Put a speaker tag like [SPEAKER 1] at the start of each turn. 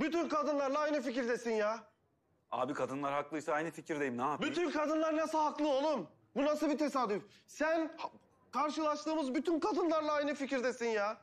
[SPEAKER 1] Bütün kadınlarla aynı fikirdesin ya.
[SPEAKER 2] Abi kadınlar haklıysa aynı fikirdeyim ne yapayım?
[SPEAKER 1] Bütün kadınlar nasıl haklı oğlum? Bu nasıl bir tesadüf? Sen ha- karşılaştığımız bütün kadınlarla aynı fikirdesin ya.